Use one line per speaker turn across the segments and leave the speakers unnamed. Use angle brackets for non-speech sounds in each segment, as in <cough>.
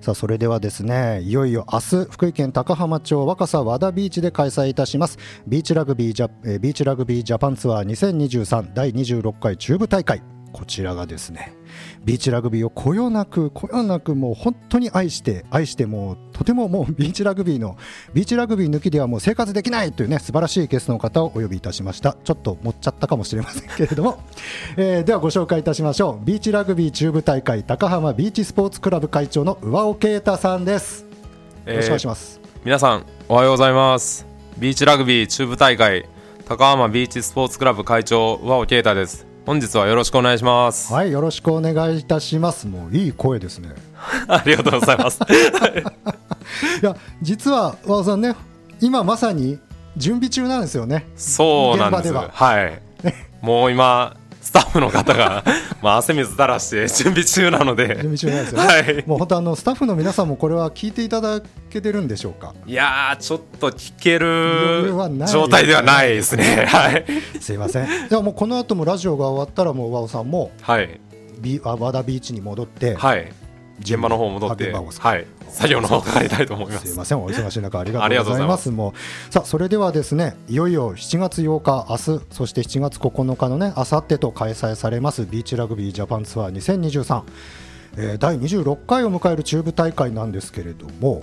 さあそれではですねいよいよ明日福井県高浜町若狭和田ビーチで開催いたしますビーチラグビージャえービーチラグビージャパンツアー2023第26回中部大会こちらがですねビーチラグビーをこよなくこよなくもう本当に愛して愛してもうとてももうビ <laughs> ーチラグビーのビーチラグビー抜きではもう生活できないというね素晴らしいゲストの方をお呼びいたしましたちょっと持っちゃったかもしれませんけれども、 <laughs> えーではご紹介いたしましょうビーチラグビー中部大会高浜ビーチスポーツクラブ会長の上尾啓太さんですよろしくお願いします、
皆さんおはようございますビーチラグビー中部大会高浜ビーチスポーツクラブ会長和尾啓太です本日はよろしくお願いします、
はいよろしくお願いいたしますもういい声ですね
<laughs> ありがとうござい
<laughs>
ます
いや実は和尾さんね今まさに準備中なんですよね
そうなんです
現場では
はいもう今スタッフの方がまあ汗水垂らして準備中なので
準備中なんですよね、
はい
もう本当あのスタッフの皆さんもこれは聞いていただけてるんでしょうか
いやーちょっと聞け
余裕
る
はない
状態ではないで
<laughs>
すねはい
すいませんではもうこの後もラジオが終わったらもう和尾さんも
はい
ビあ和田ビーチに戻って、
はい現場の方戻って
現場を
はい作業の方帰りたいと思います
い
す
ませんお忙しい中ありが
あり
と
が
うご
とうご
ざい
ざい
ま
ますす
もうさあそれではですねいよいよ7月8日明日そして7月9日のね明後日と開催されますビーチラグビージャパンツアー2023、えー第26回を迎える中部大会なんですけれども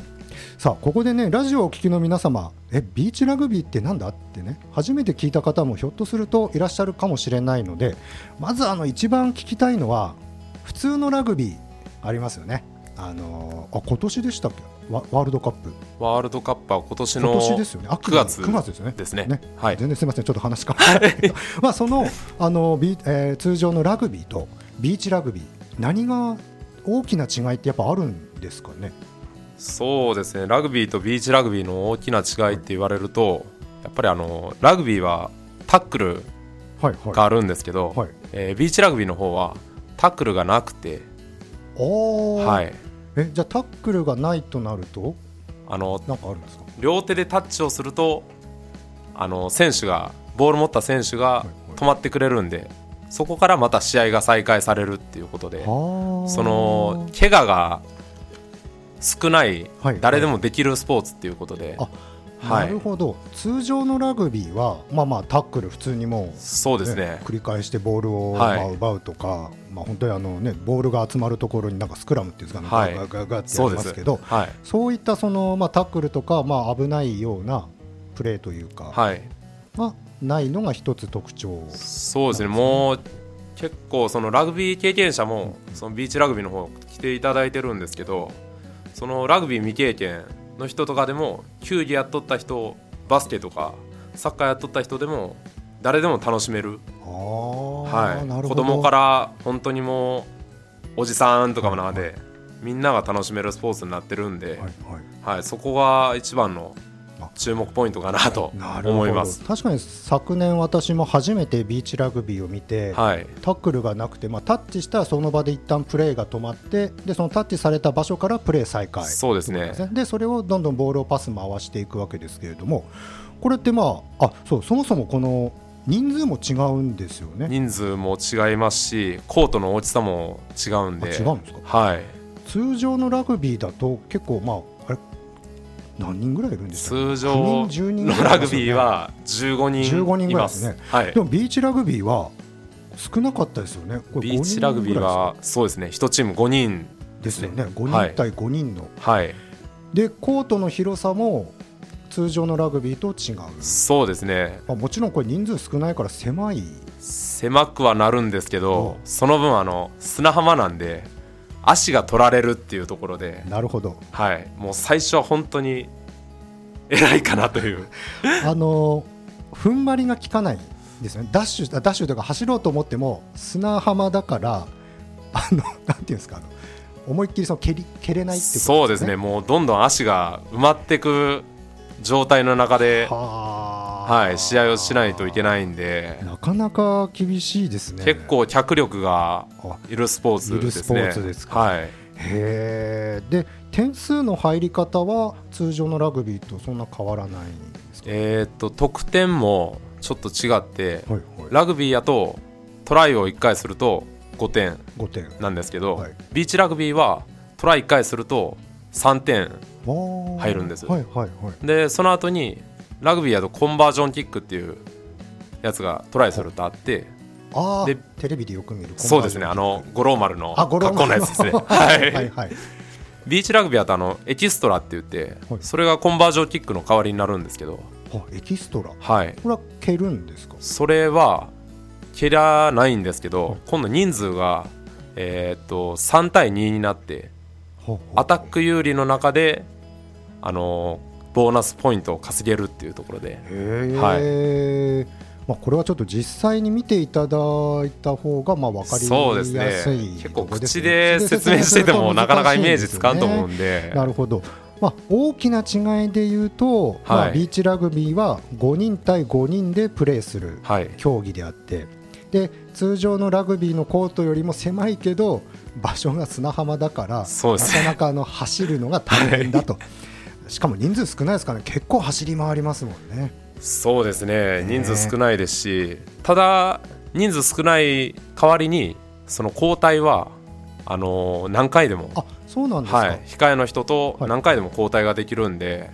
さあここでねラジオをお聞きの皆様えビーチラグビーってなんだってね初めて聞いた方もひょっとするといらっしゃるかもしれないのでまずあの一番聞きたいのは普通のラグビーありますよねあのーあ今年でしたっけワワールドカップ
ワールドカップは今年
今
の
年ですよね。秋
9月
9月ですよね。
ですねはい
全然すみません。ちょっと話変わるんだ
<laughs>
けど。まあそのあのビー、えー通常のラグビーとビーチラグビー何が大きな違いってやっぱあるんですかね。
そうですねラグビーとビーチラグビーの大きな違いって言われると、やっぱりあのラグビーはタックル
はいはい。
があるんですけど、
はい。
えービーチラグビーの方はタックルがなくて、
おー
はい、
えじゃあタックルがないとなると
あの
なんかあるんですか。
両手でタッチをするとあの選手がボール持った選手
は
が
いはい
止まってくれるんで、そこからまた試合が再開されるっていうことでそ
そ
の怪我が少ない、
はい
誰でもできるスポーツっていうことで、
あ
はい
なるほど。通常のラグビーはまあまあタックル普通にもう
そうですね
繰り返してボールを
はい
まあ奪うとか、まあ、本当にあの、ね、ボールが集まるところになんかスクラムっていうんですかね、
はい
ガガガガってや
そう
り
で
ます
す
けど
はい
そういったその、まあ、タックルとか、まあ、危ないようなプレーというか
はい、
がないのが一つ特徴、
そうで
なんですね
すね、もう結構、そのラグビー経験者も、そのビーチラグビーの方来ていただいてるんですけど、そのラグビー未経験の人とかでも、球技やっとった人、バスケとか、サッカーやっとった人でも、誰でも楽しめる、
あーな
は
るほ
い、
ど
子供から本当にもう、おじさんとかまで、みんなが楽しめるスポーツになってるんで、
は
はい
はい
そこが一番の注目ポイントかなと
い、なるほ
思いま
ど
す。
確かに昨年私も初めてビーチラグビーを見て、
はい、
タックルがなくて、まあ、タッチしたらその場で一旦プレーが止まってでそのタッチされた場所からプレー再開
そうですね
ですねでそれをどんどんボールをパス回していくわけですけれどもこれってまああそうそもそもこの人数も違うんですよね
<laughs> 人数も違いますしコートの大きさも違うんで
あ違うんですか
はい
通常のラグビーだと結構まああれ何人ぐらいいるんですか
通常
9人10人ぐらい
のラグビーは15
15人
人い
ぐらい
ま
ですすね
はい
でもビーチラグビーは少なかったですよねこれ
ビーチラグビーはそうですね1チーム5人
5人ぐらいですよね
ですね
5人対5人の、
はい
でコートの広さも通常のラグビーと違う、
そうですね
まあ、もちろんこれ人数少ないから狭い
狭くはなるんですけど
う
その分あの砂浜なんで足が取られるっていうところで
なるほど
はいもう最初は本当に偉いかなという
あの踏ん張りが効かないですねダッシュあダッシュというか走ろうと思っても砂浜だからあのなんていうんですかあの思いっきりその蹴り蹴れないっていう
そ
こと
うですねもうどんどん足が埋まってく状態の中で
はあ
はい、試合をしないといけないんで、
なかなか厳しいですね
結構脚力が
あ
いるスポーツですね。
いるスポーツですか
はい、
へえで点数の入り方は通常のラグビーとそんな変わらないんですか
えーっと得点もちょっと違って、
はいはい
ラグビーやとトライを1回すると5点
5点
なんですけど、
はい
ビーチラグビーはトライ1回すると3点
入
入るんです
はいはいはい
でその後にラグビーやとコンバージョンキックっていうやつがトライするとあって
ああ
で
テレビでよく見る
そうですねあの五郎丸の
あ五郎
格好
丸の
のやつです
<laughs>
ね
は
はいい、
はいはい
ビーチラグビーだとあのエキストラって言って、
はい
それがコンバージョンキックの代わりになるんですけど
あエキストラ
はい
これは蹴るんですか
それは蹴らないんですけど、
はい
今度人数がえーっと3対2になってアタック有利の中であのボーナスポイントを稼げるっていうところで
へえ、まあ、これはちょっと実際に見ていただいた方がまあ分かりやすい
そうですね結構口で説明しててもなかなかイメージつかんと思う
で
んで
なるほど、まあ、大きな違いで言うと、まあ、
はい
ビーチラグビーは5人対5人でプレーする
はい
競技であってで通常のラグビーのコートよりも狭いけど場所が砂浜だから
そうですね
なかなかあの走るのが大変だと、しかも人数少ないですからね結構走り回りますもんね。
そうですね
ね
人数少ないですしただ人数少ない代わりにその交代はあの何回でも
あそうなんですか、
はい、控えの人と
はい
何回でも交代ができるんで、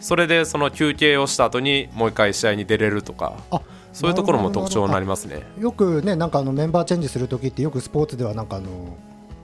それでその休憩をした後にもう一回試合に出れるとか
あ
そういうところも特徴になりますね。
よくねなんかあのメンバーチェンジするときってよくスポーツではなんかあの、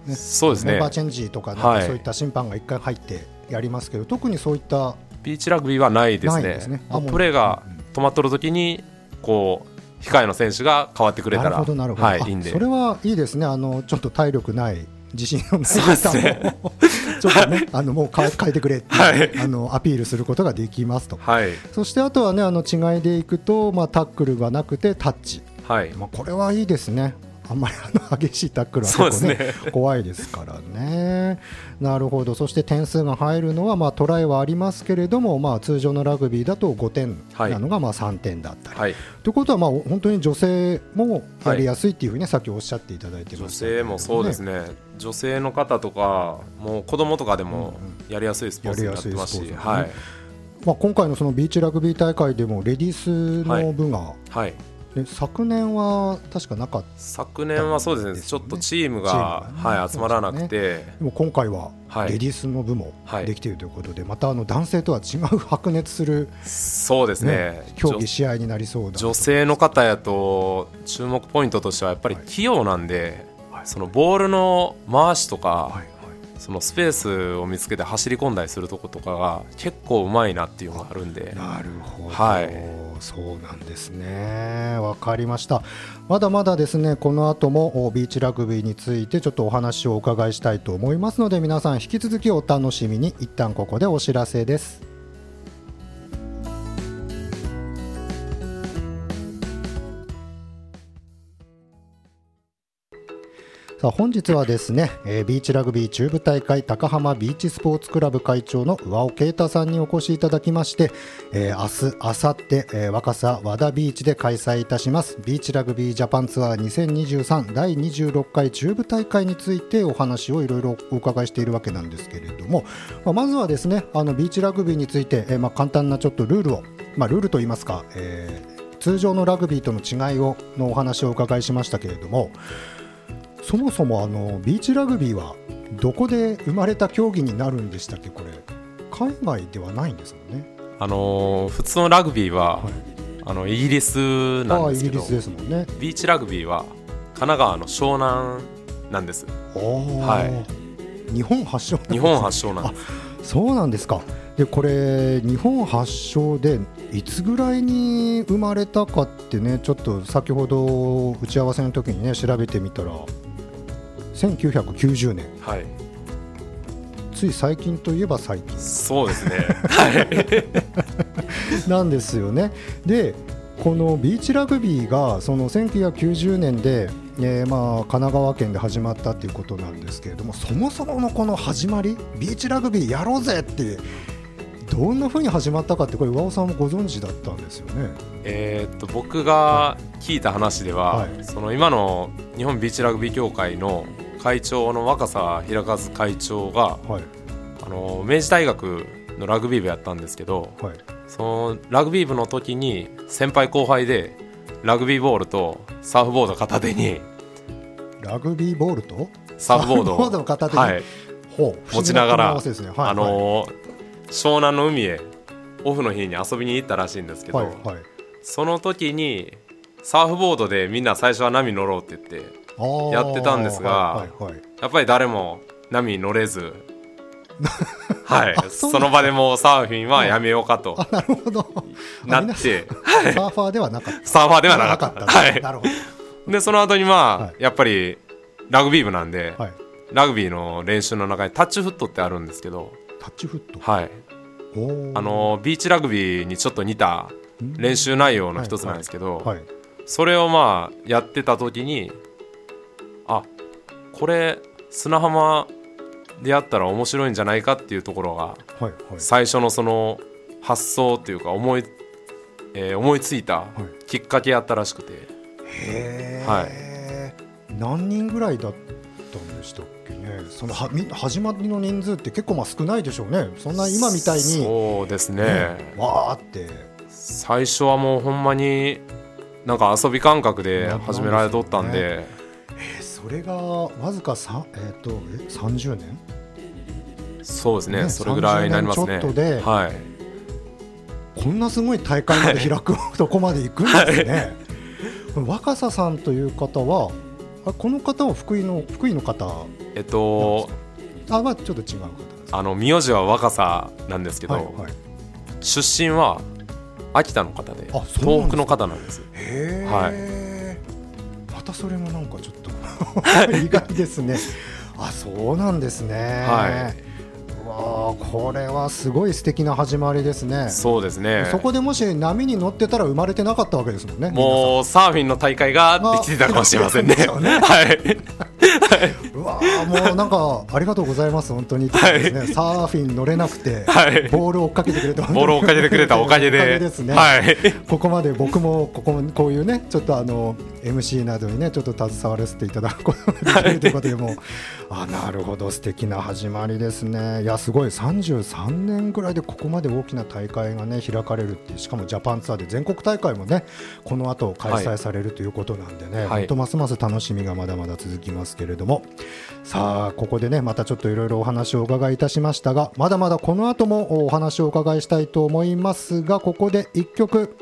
ね
そうです
メン
ね
バーチェンジとかなん
は
か
い
そういった審判が一回入ってやりますけど、特にそういった
ビーチラグビーはないです
ない
ね
んですね。
もう
あもう
プレーが
うん
止まっとる時にこう控えの選手が変わってくれた
なる
ら
ほどなるほど、
はい、
あ
いいんで
それはいいですねあのちょっと体力ない自信のない
そうですね
方も <laughs> ちょっとねあのもう変え変えてくれっていう、
は
あのアピールすることができますと。
はい、
そしてあとはねあの違いでいくと、まあ、タックルがなくてタッチ、
はい、
まあ、これはいいですね、あんまり <laughs> あの激しいタックルは
そうで
結構、
すね
ね怖いですからね。なるほど、そして点数が入るのは、まあ、トライはありますけれども、まあ、通常のラグビーだと5点
はい
なのがまあ3点だったり。
はい、
ということは、まあ、本当に女性もやりやすいっていうふうにね、さっきおっしゃっていただいてま
女
したけれ
性
どね
もそうですね女性の方とかもう子供とかでもやりやすいスポーツになってます
や
し、
りやすいスポーツ
はい、
まあ、今回のそのビーチラグビー大会でもレディースの部が、
はい、
で昨年は確かなかった。
昨年はそうですね
です
ちょ
よね
っとチーム
チ
が
ームがね
はい、集まらなくて、
でも今回は
はい
レディースの部も
はい
できているということで、またあの男性とは違う白熱する、
そうですね
ね競技試合になりそうだ
女性の方やと注目ポイントとしてはやっぱり器用なんで、
はい
そのボールの回しとか、
はいはい
そのスペースを見つけて走り込んだりするとことかが結構うまいなっていうのがあるんで
なるほど、
はい
そうなんですねわかりましたまだまだですねこの後もおビーチラグビーについてちょっとお話をお伺いしたいと思いますので皆さん引き続きお楽しみに一旦ここでお知らせですさあ本日はですね、えービーチラグビー中部大会高浜ビーチスポーツクラブ会長の上尾啓太さんにお越しいただきまして、えー明日、明後日、えー若狭和田ビーチで開催いたしますビーチラグビージャパンツアー2023第26回中部大会についてお話をいろいろお伺いしているわけなんですけれども、まあ、まずはですねあのビーチラグビーについて、えーまあ、簡単なちょっとルールを、まあ、ルールといいますか、えー通常のラグビーとの違いをのお話をお伺いしましたけれども、そもそもあのビーチラグビーはどこで生まれた競技になるんでしたっけこれ海外ではないんですもんね。
あのー普通のラグビーは、
はい
あのイギリスな
あ
ん
あイ
ですけ
ギリ
ど
スですもんね。
ビーチラグビーは神奈川の湘南なんです
は。
はい
日本発祥なんですね
日本発祥なんです
そうなんですか。でこれ日本発祥でいつぐらいに生まれたかってねちょっと先ほど打ち合わせの時にね調べてみたら1990年
はい
つい最近といえば最近
そうで
<laughs>
すねはい
なんですよね。でこのビーチラグビーがその1990年で、えーまあ神奈川県で始まったということなんですけれどもそもそものこの始まりビーチラグビーやろうぜってどんなふうに始まったかってこれ和尾さんもご存知だったんですよね。
えーっと僕が聞いた話では、
はい
その今の日本ビーチラグビー協会の会長の若狭平和会長が
はい
あの明治大学のラグビー部やったんですけど
はい、
そのラグビー部の時に先輩後輩でラグビーボールとサーフボード片手に
ラグビーボールと
サーフボード
サー
を
フボードを片手に
はい、
ほう
持ちなが
不思議組み
ら、
合わせですねはい
あのー湘南の海へオフの日に遊びに行ったらしいんですけど、
はいはいはい
その時にサーフボードでみんな最初は波乗ろうって言って
あー
やってたんですが
はいはいはい
やっぱり誰も波に乗れ
<laughs>
ずはい
そ
そう
なんだ
の場でもうサーフィンはやめようかと
あなるほど
な
あ
っ
みん
て
なサーファーではなかった
サーファーではなかった
なか
は
ないるほど
でその後にまあ、
はい
やっぱりラグビー部なんで、
はい
ラグビーの練習の中にタッチフットってあるんですけど、
タッチフット
はい、
おー
あのビーチラグビーにちょっと似た練習内容の一つなんですけど、
はい
それをまあやってた時にあこれ砂浜でやったら面白いんじゃないかっていうところが
はいはい
最初のその発想というか思い,、えー思いついたきっかけやったらしくて、
へえ、何人ぐらいだったんでしたっけねそのはみ始まりの人数って結構まあ少ないでしょうねそんな今みたいに、
そうですね、
ねわーって
最初はもうほんまになんか遊び感覚で始められとったんで
えそれがわずかさ、えー、とえ30年
そうですね
ね
それぐらいになります
30
ね
年ちょっとで
はい
こんなすごい大会まで開く、 <laughs> とこまで行くんですね、若狭さんという方はあこの方は福井の福井の方
えっと
あはちょっと違う方です
あの名字は若さなんですけど、
はいはい
出身は秋田の方で
あそうなんですか
東北の方なんです
へえ、
は
またそれもなんかちょっと <laughs> 意外ですね。あそうなんですね。
は
うわあこれはすごい素敵な始まりですね。そ
そうですね
こでもし波に乗ってたら生まれてなかったわけですもんね。
もうサーフィンの大会ができてたかもしれませんね
あそうですよね
はい
皆さんうわあもうなんかありがとうございます本当に、ですね。サーフィン乗れなくて、
<laughs> は
<laughs>
い
ボールを追っかけてくれて
ボールを追っかけてくれたおかげ
お
で
ですね。
はい
ここまで僕もこここういうねちょっとあの MC などにねちょっと携わらせていただくことができるということでもうあなるほど素敵な始まりですねいやすごい33年ぐらいでここまで大きな大会がね開かれるっていうしかもジャパンツアーで全国大会もねこの後開催されるということなんでね、
い
本当ますます楽しみがまだまだ続きますけれどもさあここでねまたちょっといろいろお話をお伺いいたしましたがまだまだこの後もお話をお伺いしたいと思いますがここで1曲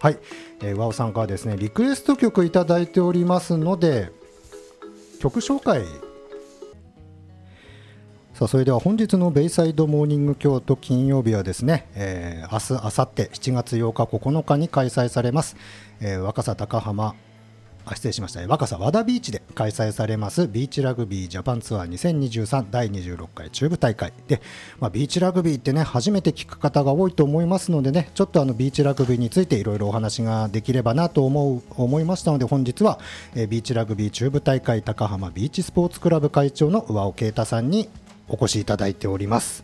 はい、えー、和尾さんからですねリクエスト曲いただいておりますので曲紹介さあそれでは本日のベイサイドモーニング京都金曜日はですね、えー、明日明後日7月8日9日に開催されます、えー若狭高浜あ失礼しました、えー若狭和田ビーチで開催されますビーチラグビージャパンツアー2023第26回中部大会で、まあ、ビーチラグビーってね初めて聞く方が多いと思いますのでねちょっとあのビーチラグビーについていろいろお話ができればなと思う思いましたので本日は、えービーチラグビー中部大会高浜ビーチスポーツクラブ会長の上尾啓太さんにお越しいただいております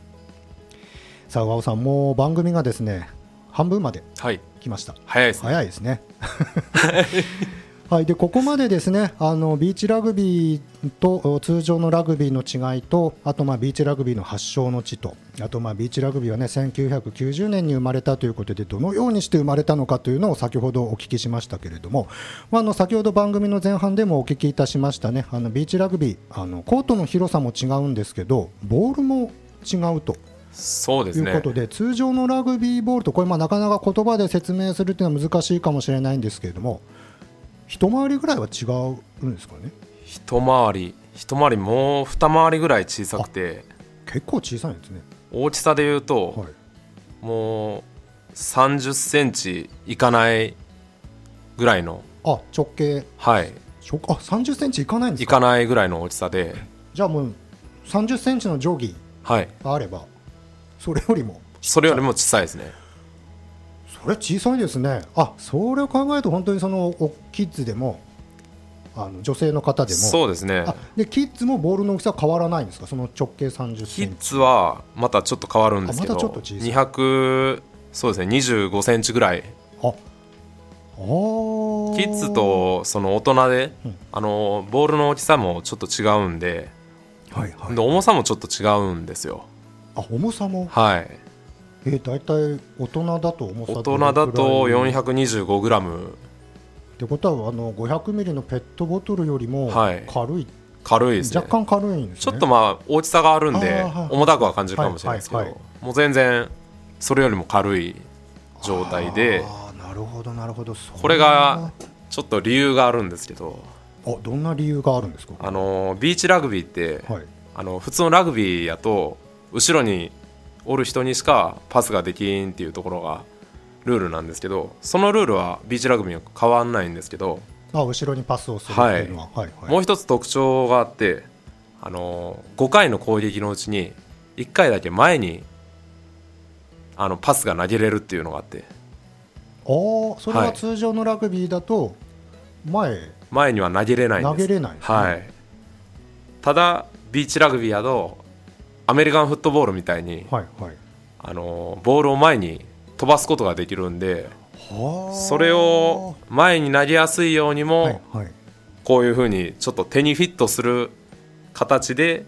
さあ上尾さんもう番組がですね半分まで
はい
来ました
早いですね
早いですね。はい、でここまでですねあのビーチラグビーとお通常のラグビーの違いとあとまあビーチラグビーの発祥の地とあとまあビーチラグビーはね1990年に生まれたということでどのようにして生まれたのかというのを先ほどお聞きしましたけれども、まあ、あの先ほど番組の前半でもお聞きいたしましたねあのビーチラグビーあのコートの広さも違うんですけどボールも違うと
そうで
と
す
いうこ
ね
とで、通常のラグビーボールと、これ、まあなかなか言葉で説明するというのは難しいかもしれないんですけれども、一回りぐらいは違うんですかね、
一回り一回りもう二回りぐらい小さくて
結構小さいんですね、
大きさで言うと、
はい、
もう30センチいかないぐらいの
あ直径、
はい
直あ30センチいかないんで
い
すか、
かないぐらいの大きさで
じゃあもう30センチの定規
はい
があれば、それよりも、
それよりも小さいですね
それ小さいですね、あそれを考えると、本当にそのおキッズでも、あの女性の方でも。
そうですね
あでキッズもボールの大きさは変わらないんですか、その直径30
キ
セン
ッ
チ。
ズはまたちょっと変わるんですけど、
あまたちょっと小さい
200そうですね25センチぐらい
ああー
キッズとその大人で、
うん
あのボールの大きさもちょっと違うんで
はいはい
で重さもちょっと違うんですよ
あ重さも
はい
えー、大体大人だと重さど
大人
れくら
だ
い
と425グラム
ってことはあの500ミリのペットボトルよりも
はい
軽い
軽いですね
若干軽いんです
ちょ
ね
っとまあ大きさがあるんで
あーはい
重たくは感じるかもしれないですけど、
はいはいは
もう全然それよりも軽い状態で
あーなるほどなるほどそんな
これがちょっと理由があるんですけど
あどんな理由があるんですか
あのビーチラグビーって、
はい
あの普通のラグビーやと後ろにおる人にしかパスができんっていうところがルールなんですけどそのルールはビーチラグビーは変わんないんですけど、
あ後ろにパスをするっていうのははいはい
もう一つ特徴があってあの5回の攻撃のうちに1回だけ前にあのパスが投げれるっていうのがあって
ああそれ
は
はい通常のラグビーだと前
前には投げれないんです
投げれないんですね
はい、ただビーチラグビーやとアメリカンフットボールみたいに、
はいはい
あのボールを前に飛ばすことができるんで
はあ
それを前に投げやすいようにも、
はいはい
こういうふうにちょっと手にフィットする形で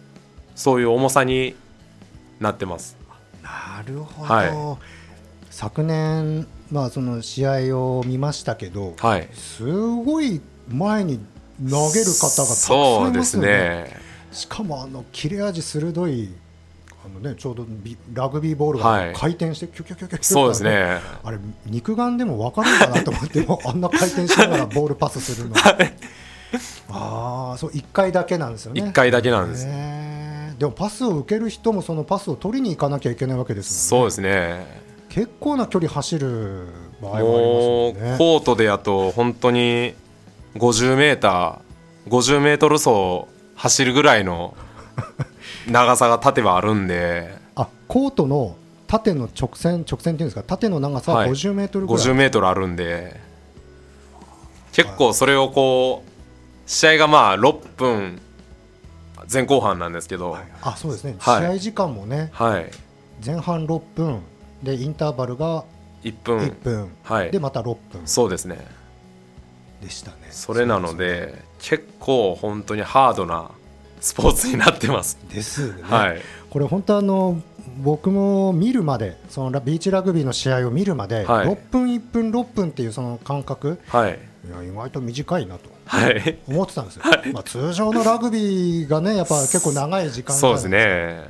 そういう重さになってます
なるほど、
は
昨年まあその試合を見ましたけど、
はい
すごい前に投げる方がたくさん
そう
いま
ですす
よね
ね
しかもあの切れ味鋭いあの、ね、ちょうどビラグビーボールが
はい
回転して、キュキュキュキュキュ
そうですね
あれ肉眼でも分かるかなと思ってもうあんな回転しながらボールパスする <laughs> のああそう1回だけなんですよね
1回だけなんです、
へーでもパスを受ける人もそのパスを取りに行かなきゃいけないわけですもん
そう
ね
ですね
結構な距離走る場合も
も
あ
う
りますよね
コートでやと本当に 50m50m 走走るぐら
<laughs>
いの長さが縦はあるんで
あコートの縦の直線直線っていうんですか縦の長さは
はい
50メートルぐらい、
50メートルあるんで結構それをこう試合がまあ6分前後半なんですけどはい、
あそうですね、
はい
試合時間もね前半6分でインターバルが
1分
1分、
はい
でまた6分
そうですね
でしたね
それなので結構本当にハードなスポーツになってます、
ですよね、
はい
これ本当あの僕も見るまでそのラビーチラグビーの試合を見るまで、
はい
6分1分6分っていうその感覚
はい
いや意外と短いなと
はい
思ってたんですよ、まあ、通常のラグビーがねやっぱ結構長い時間
そうですね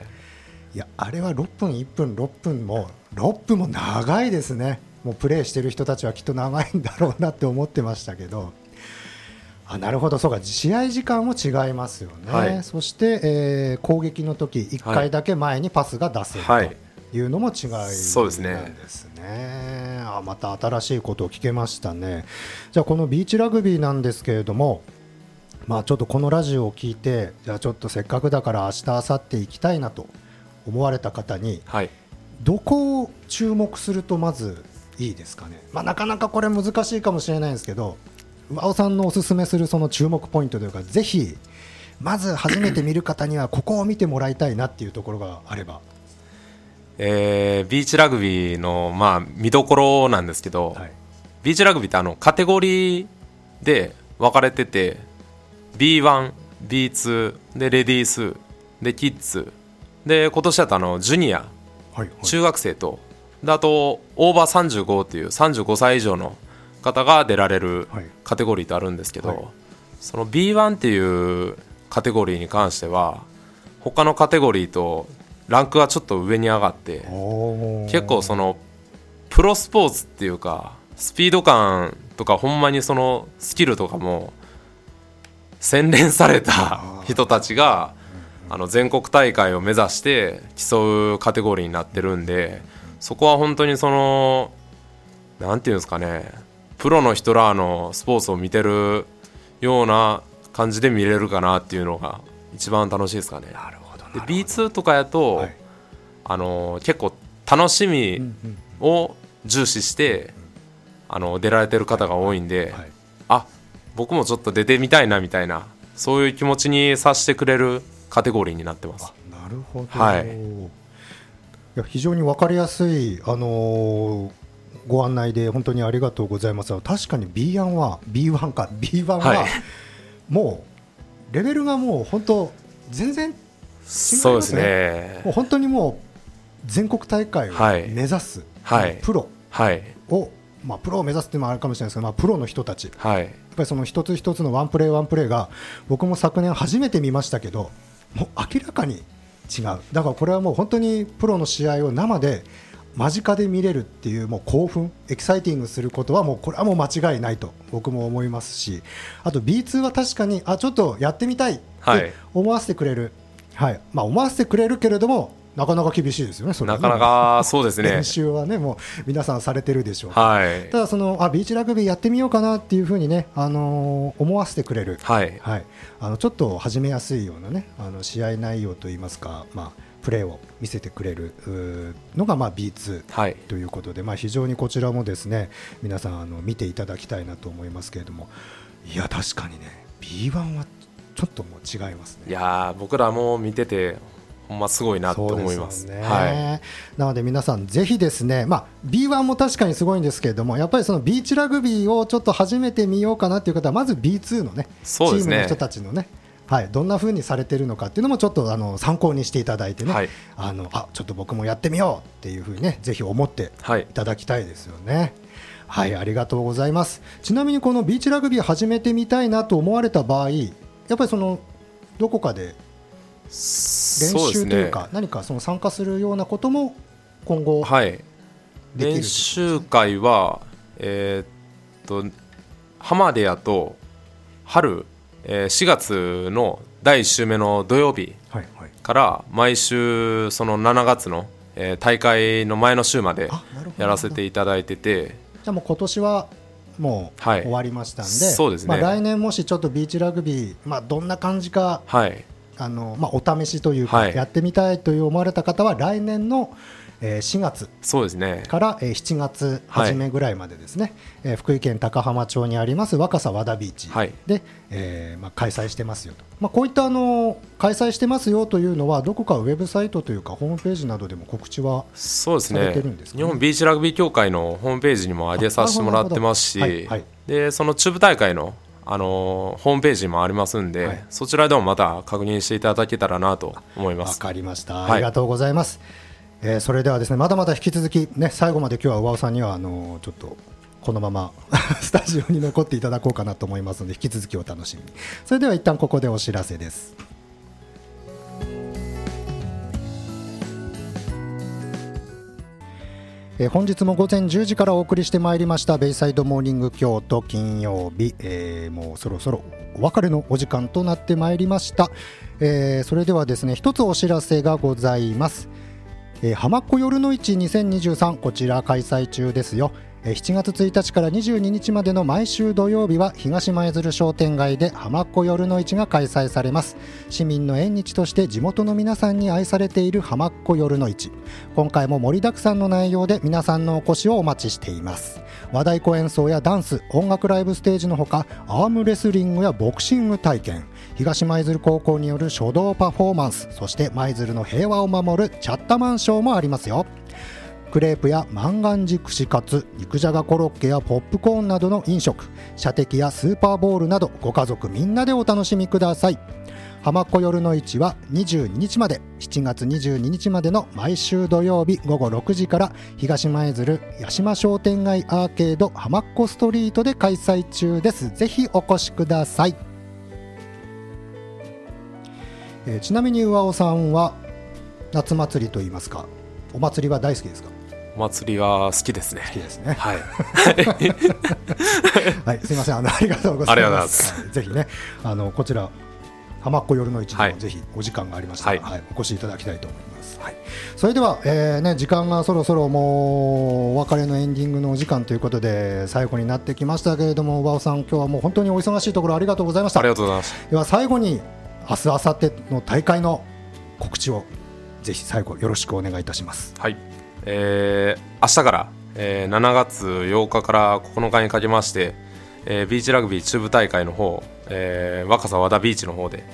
いやあれは6分1分6分も6分も長いですねもうプレーしてる人たちはきっと長いんだろうなって思ってましたけどあなるほどそうか試合時間も違いますよね、
はい
そして、えー攻撃の時1回だけ前にパスが出せる
はい
というのも違いなんです
そうですね
ねあまた新しいことを聞けましたねじゃあこのビーチラグビーなんですけれどもまあ、ちょっとこのラジオを聞いてじゃあちょっとせっかくだから明日明後日行きたいなと思われた方に
はい
どこを注目するとまずいいですかね、まあ、なかなかこれ難しいかもしれないんですけど和尾さんのおすすめするその注目ポイントというかぜひまず初めて見る方にはここを見てもらいたいなっていうところがあれば、
えービーチラグビーのまあ見どころなんですけど、
はい、
ビーチラグビーってあのカテゴリーで分かれてて B1B2 でレディースでキッズで今年だとあのジュニア
はいはい
中学生とであとオーバー35っていう35歳以上の方が出られる
はい
カテゴリーとあるんですけど、
はい
その B1 っていうカテゴリーに関しては他のカテゴリーとランクがちょっと上に上がって
おー
結構そのプロスポーツっていうかスピード感とかほんまにそのスキルとかも洗練された人たちがあの全国大会を目指して競うカテゴリーになってるんでそこは本当にそのなんていうんですかねプロの人らのスポーツを見てるような感じで見れるかなっていうのが一番楽しいですかね。
なるほどなる
で
ほど
B2 とかやと、
はい
あの結構楽し
うん
み
うん
を重視して、あの出られてる方が多いんで、
はい
あ僕もちょっと出てみたいなみたいなそういう気持ちにさせてくれるカテゴリーになってます。
なるほど、
はい
や非常に分かりやすい、あのーご案内で本当にありがとうございます確かに B1 は B1 か B1 は、
はい
もうレベルがもう本当全然ますね
そうですね
もう本当にもう全国大会を
はい
目指す、
はい
プロ
はい
をまあ、プロを目指すっていうのもあるかもしれないですけど、まあ、プロの人たち、やっ
はい
ぱりその一つ一つのワンプレーワンプレーが、僕も昨年初めて見ましたけど、もう明らかに違う、だからこれはもう本当にプロの試合を生で、間近で見れるっていう、もう興奮、エキサイティングすることは、もうこれはもう間違いないと僕も思いますし、あと B2 は確かに、あちょっとやってみたいっ
は
て
い
思わせてくれる、はいまあ、思わせてくれるけれども、なかなか厳しいですよね、それは
な
ね
かなかそうです
<laughs>
ね
練習はね、もう皆さんされてるでしょうから
はい
ただそのあビーチラグビーやってみようかなっていうふうにね、あのー思わせてくれる、
はい
はい、あのちょっと始めやすいようなねあの試合内容といいますか、まあ、プレーを見せてくれるうーのが、まあ、B2
はい
ということで、まあ、非常にこちらもですね皆さんあの見ていただきたいなと思いますけれどもいや確かにね B1 はちょっともう違いますね
い。やー僕らも見ててほんますごいなと思います
そうですよね
は
なので皆さん、ぜひですね、まあ、B1 も確かにすごいんですけれども、やっぱりそのビーチラグビーをちょっと初めて見ようかなという方は、まず B2 のね、
そうです
チームの
ね
人たちのね、はい、どんな風にされてるのかっていうのも、ちょっとあの参考にしていただいて
い
ね、
はい
あのあちょっと僕もやってみようっていう風にね、ぜひ思って
はい
いただきたいですよね。はい、ありがとうございます。ちなみにこのビーチラグビー始めてみたいなと思われた場合、やっぱりそのどこかで練
そうです
習という
ね
か、何かその参加するようなことも今後
はい
できる
練習会はえーっと浜でやと春、えー4月の第1週目の土曜日
はいはい
から毎週その7月の、えー大会の前の週まで
あなるほど
やらせていただいてて
じゃあもう今年はもう
はい
終わりましたんで、
そうですね
まあ、来年もしちょっとビーチラグビー、まあ、どんな感じか
はい
あの、まあ、お試しというか、
はい
やってみたいという思われた方は来年の、えー4月
そうですね
から、えー7月初めぐらいまでですね、えー福井県高浜町にあります若狭和田ビーチで、
はい
えーまあ、開催してますよと、まあ、こういったあの開催してますよというのはどこかウェブサイトというかホームページなどでも告知は
そうです
さ
ね
れてるんですかね
日本ビーチラグビー協会のホームページにも上げさせてもらってますし、
あなるほどはいはい
でその中部大会の、あのーホームページもありますんで、
はい
そちらでもまた確認していただけたらなと思いま
わ
す。
かりました、
はい
ありがとうございます、えーそれではですねまだまだ引き続き、ね、最後まで今日は上尾さんにはあのーちょっとこのまま <laughs> スタジオに残っていただこうかなと思いますので引き続きお楽しみにそれでは一旦ここでお知らせですえー本日も午前10時からお送りしてまいりましたベイサイドモーニング京都金曜日、えーもうそろそろお別れのお時間となってまいりました、えーそれではですね一つお知らせがございますえー、浜っ子夜の市2023こちら開催中ですよえー7月1日から22日までの毎週土曜日は東舞鶴商店街で浜っ子夜の市が開催されます市民の縁日として地元の皆さんに愛されている浜っ子夜の市今回も盛りだくさんの内容で皆さんのお越しをお待ちしています和太鼓演奏やダンス音楽ライブステージのほかアームレスリングやボクシング体験東舞鶴高校による書道パフォーマンスそして舞鶴の平和を守るチャッタマンショーもありますよクレープや万願寺串カツ肉じゃがコロッケやポップコーンなどの飲食射的やスーパーボールなどご家族みんなでお楽しみください浜子夜の市は22日まで7月22日までの毎週土曜日午後6時から東舞鶴八島商店街アーケード浜っ子ストリートで開催中ですぜひお越しください、えーちなみに上尾さんは夏祭りといいますかお祭りは大好きですか
お祭りは好きですね。
好きです
<laughs>
ね
はい、
はい、すみません、あの、ありがとうござい
ありがと
ま。
うございますす
はいぜひね、あの、こちら。浜っ子夜の市
は
でも
い
ぜひお時間がありましたら、
は
はいお越しいただきたいと思います。はい、それでは、えーね、時間がそろそろもうお別れのエンディングのお時間ということで最後になってきましたけれども、和尾さん、今日はもう本当にお忙しいところありがとうございまし
あ
た。で
りがとうございまし
は最後に明日明後日の大会の告知をぜひ最後よろしくお願いいたします。
た。はい、えー明日から、えー7月8日から9日にかけまして、えービーチラグビー中部大会の方、えー若狭和田ビーチの方で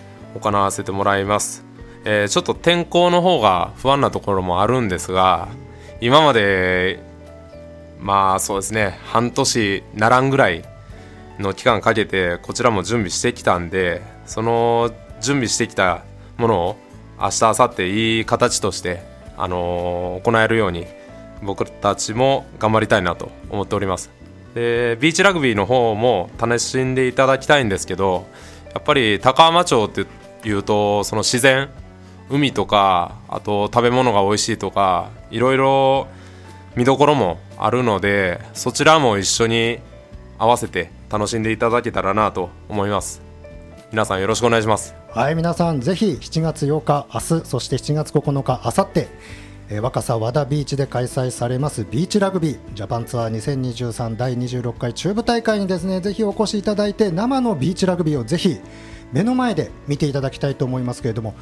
行わせてもらいます、えーちょっと天候の方が不安なところもあるんですが今までまあそうですね半年ならんぐらいの期間かけてこちらも準備してきたんでその準備してきたものを明日明後日いい形として、あのー行えるように僕たちも頑張りたいなと思っておりますでビーチラグビーの方も楽しんでいただきたいんですけどやっぱり高浜町っていうとその自然海とかあと食べ物が美味しいとかいろいろ見どころもあるのでそちらも一緒に合わせて楽しんでいただけたらなと思います皆さんよろしくお願いします
はい皆さんぜひ7月8日明日そして7月9日明後日えー若狭和田ビーチで開催されますビーチラグビージャパンツアー2023第26回中部大会にですねぜひお越しいただいて生のビーチラグビーをぜひ目の前で見ていただきたいと思いますけれども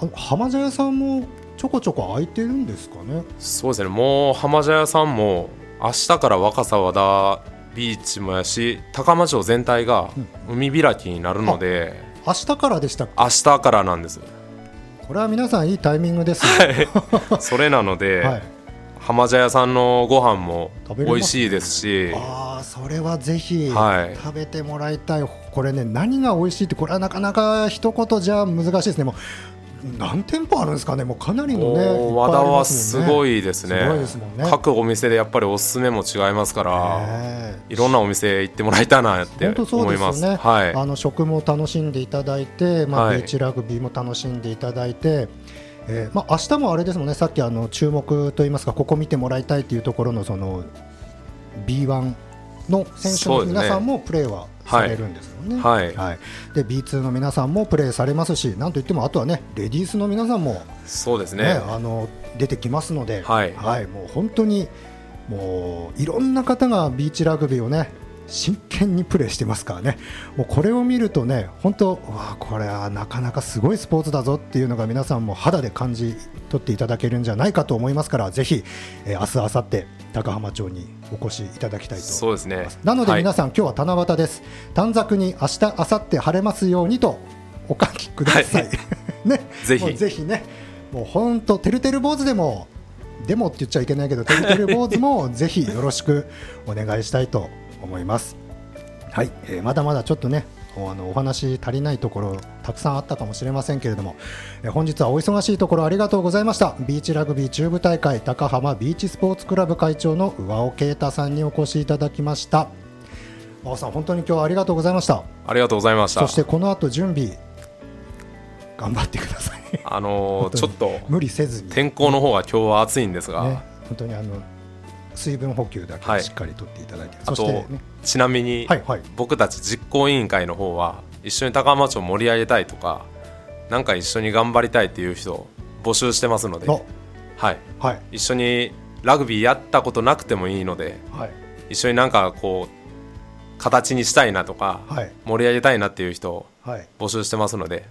あの浜茶屋さんもちょこちょこ開いてるんですかね
そうですねもう浜茶屋さんも明日から若狭和田ビーチもやし高浜町全体が海開きになるので、
明日からでしたっけ
明日からなん <laughs> です
これは皆さんいいタイミングですね
それなので、
はい、
浜茶屋さんのご飯も
食べれ
美
ます
味しいですし
ああそれはぜひ
はい
食べてもらいたい、これね何が美味しいってこれはなかなか一言じゃ難しいですねもう何店舗あるんですかねもうかなりのね
も
い
う
っ
和
ぱい
田
ありま
は
す
す
もんね
ごいですね
すごいですもんね
各お店でやっぱりおすすめも違いますから、
ねえ
いろんなお店行ってもらいたいなって
本当そう
思
で
い
すよ
ます
ね、
はい
あの食も楽しんでいただいて、まあ
はい
ビーチラグビーも楽しんでいただいて、えーまあ明日もあれですもんね、さっきあの注目といいますか、ここ見てもらいたいというところのその B1 の選手
そう
の
ですね
皆さんもプレーはされるんですよね。
はい
で B2 の皆さんもプレーされますし、なんといってもあとはね、レディースの皆さんも、
そうです
ね
ね
あの出てきますので、
はい
もう本当にもういろんな方がビーチラグビーをね真剣にプレーしてますからね、もうこれを見るとね、本当、うわあこれはなかなかすごいスポーツだぞっていうのが皆さんも肌で感じ取っていただけるんじゃないかと思いますから、ぜひ、えー、明日明後日高浜町にお越しいただきたいと
そうですね
なので皆
さ
さん、今日は七夕です。短冊に明日、明後日晴れますようにとお書きください。
は
ね、
ぜひ
もうぜひね、もう本当てるてる坊主でも。でもって言っちゃいけないけど、てるてる坊主
<laughs>
もぜひよろしくお願いしたいと思います。はい、えーまだまだちょっとね。おあのお話足りないところたくさんあったかもしれませんけれども、えー本日はお忙しいところありがとうございましたビーチラグビー中部大会高浜ビーチスポーツクラブ会長の上尾啓太さんにお越しいただきました青さん本当に今日はありがとうございました
ありがとうございました
そしてこの後準備頑張ってください
あのーちょっと
無理せずに、ね、
天候の方が今日は暑いんですが、
本当にあの水分補給だ
は
け
い
しっかりとっていただいて、そ
あ
して、
と
ね、
ちなみに、
はいはい
僕たち実行委員会の方は一緒に高浜町を盛り上げたいとかなんか一緒に頑張りたいっていう人を募集してますので、
の
はい、
はい
一緒にラグビーやったことなくてもいいので
はい
一緒になんかこう形にしたいなとか、
はい
盛り上げたいなっていう人を
はい
募集してますので